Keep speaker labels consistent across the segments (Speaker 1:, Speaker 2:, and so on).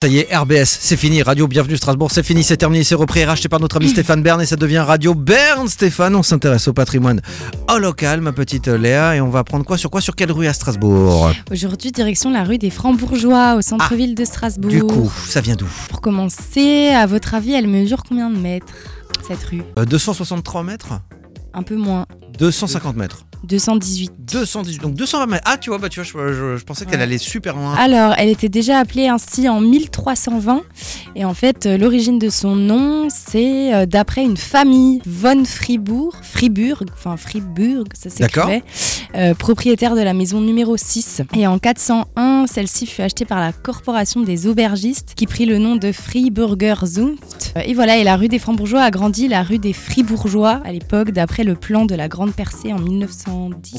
Speaker 1: Ça y est, RBS, c'est fini. Radio Bienvenue Strasbourg, c'est fini, c'est terminé, c'est repris et racheté par
Speaker 2: Mm.
Speaker 1: notre ami Stéphane Bern et ça devient Radio Bern. Stéphane, on s'intéresse au patrimoine au local, ma petite Léa, et on va prendre quoi sur quoi Sur quelle rue à Strasbourg
Speaker 2: Aujourd'hui, direction la rue des Francs-Bourgeois, au centre-ville de Strasbourg.
Speaker 1: Ah, Du coup, ça vient d'où
Speaker 2: Pour commencer, à votre avis, elle mesure combien de mètres, cette rue
Speaker 1: Euh, 263 mètres
Speaker 2: Un peu moins.
Speaker 1: 250 mètres
Speaker 2: 218.
Speaker 1: 218, donc 220 mètres. Ah, tu vois, bah, tu vois je, je- je pensais qu'elle
Speaker 2: Ouais. Ah,
Speaker 1: allait super loin.
Speaker 2: Alors, elle était déjà appelée ainsi en 1320. Et en fait, euh, l'origine de son nom, c'est euh, d'après une famille, von Fribourg, Fribourg, enfin Fribourg, ça s'écrivait, euh, propriétaire de la maison numéro 6. Et en 401, celle-ci fut achetée par la corporation des aubergistes, qui prit le nom de Friburger Zunft. Euh, Et voilà, et la rue des Francs-Bourgeois a grandi la rue des Fribourgeois à l'époque, d'après le plan de la Grande Percée en 1910.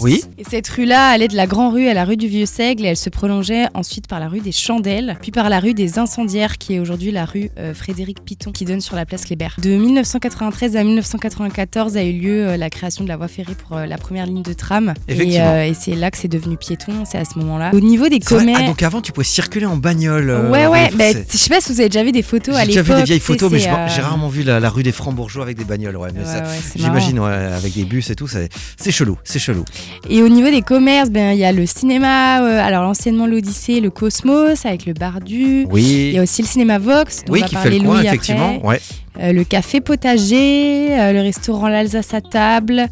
Speaker 1: Oui.
Speaker 2: Et cette rue-là allait de la Grand Rue à la rue du Vieux Seigle et elle se prolongeait ensuite par la rue des Chandelles, puis par la rue des Incendiaires qui est aujourd'hui la rue euh, Frédéric Piton qui donne sur la place Kléber. De 1993 à 1994 a eu lieu euh, la création de la voie ferrée pour euh, la première ligne de tram. Et,
Speaker 1: Effectivement.
Speaker 2: euh, et c'est là que c'est devenu piéton, c'est à ce moment-là. Au niveau des
Speaker 1: C'est vrai-
Speaker 2: commerces.
Speaker 1: Ah, donc avant, tu pouvais circuler en bagnole. euh,
Speaker 2: ouais, ouais,
Speaker 1: c'est-
Speaker 2: bah, je sais pas si vous avez déjà vu des photos à
Speaker 1: J'ai déjà
Speaker 2: l'époque.
Speaker 1: vu des vieilles
Speaker 2: tu sais,
Speaker 1: photos, mais
Speaker 2: c'est,
Speaker 1: je-
Speaker 2: euh,
Speaker 1: j'ai rarement vu la, la rue des Francs-Bourgeois avec des bagnoles. Ouais, mais
Speaker 2: ouais,
Speaker 1: ça-
Speaker 2: ouais, c'est marrant.
Speaker 1: J'imagine, ouais, avec des bus et tout, c'est c'est chelou, c'est chelou.
Speaker 2: Et au niveau des commerces, ben, il y a le cinéma, euh, alors anciennement l'Odyssée, le Cosmos avec le Bardu. Il y
Speaker 1: Oui,
Speaker 2: a aussi le cinéma Vox, dont
Speaker 1: oui
Speaker 2: on a
Speaker 1: qui fait
Speaker 2: parlé
Speaker 1: le coin,
Speaker 2: Louis
Speaker 1: effectivement.
Speaker 2: après.
Speaker 1: Ouais.
Speaker 2: Euh, le café potager, euh, le restaurant L'Alsace à table.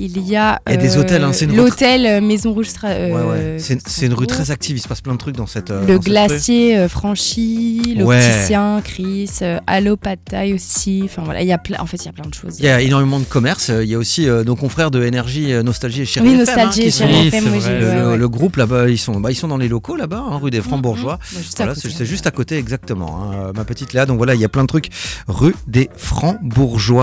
Speaker 2: Il y a,
Speaker 1: Il y a des hôtels, hein, c'est une rue
Speaker 2: l'hôtel euh, Maison Rouge. Stra-
Speaker 1: Ouais,
Speaker 2: euh,
Speaker 1: ouais. C'est c'est une rue
Speaker 2: Strasbourg.
Speaker 1: très active, il se passe plein de trucs dans cette. euh,
Speaker 2: Le
Speaker 1: dans cette rue.
Speaker 2: glacier euh, franchi,
Speaker 1: Ouais.
Speaker 2: l'opticien Chris, euh, Allo Pad Thai aussi. Enfin voilà, il y a plein. En fait, il y a plein de choses.
Speaker 1: Il y a énormément de commerce. euh, Il y a aussi euh, nos confrères de Énergie, euh, Nostalgie et Chérie
Speaker 2: oui,
Speaker 1: FM, hein,
Speaker 2: nostalgie,
Speaker 1: qui
Speaker 2: et
Speaker 1: sont-
Speaker 2: Chérie
Speaker 3: Oui,
Speaker 2: FM,
Speaker 3: c'est
Speaker 2: moi, j'ai-
Speaker 3: vrai.
Speaker 1: le,
Speaker 2: ouais, ouais. Mm-hmm.
Speaker 1: le groupe là-bas, ils sont, bah, ils sont dans les locaux là-bas, hein, rue des Francs Bourgeois.
Speaker 2: Moi, Mmh, Bah, juste à
Speaker 1: Voilà, c'est
Speaker 2: côté.
Speaker 1: hein, c'est juste à côté, exactement. hein, euh, ma petite Léa, donc voilà, il y a plein de trucs. Rue des Francs Bourgeois.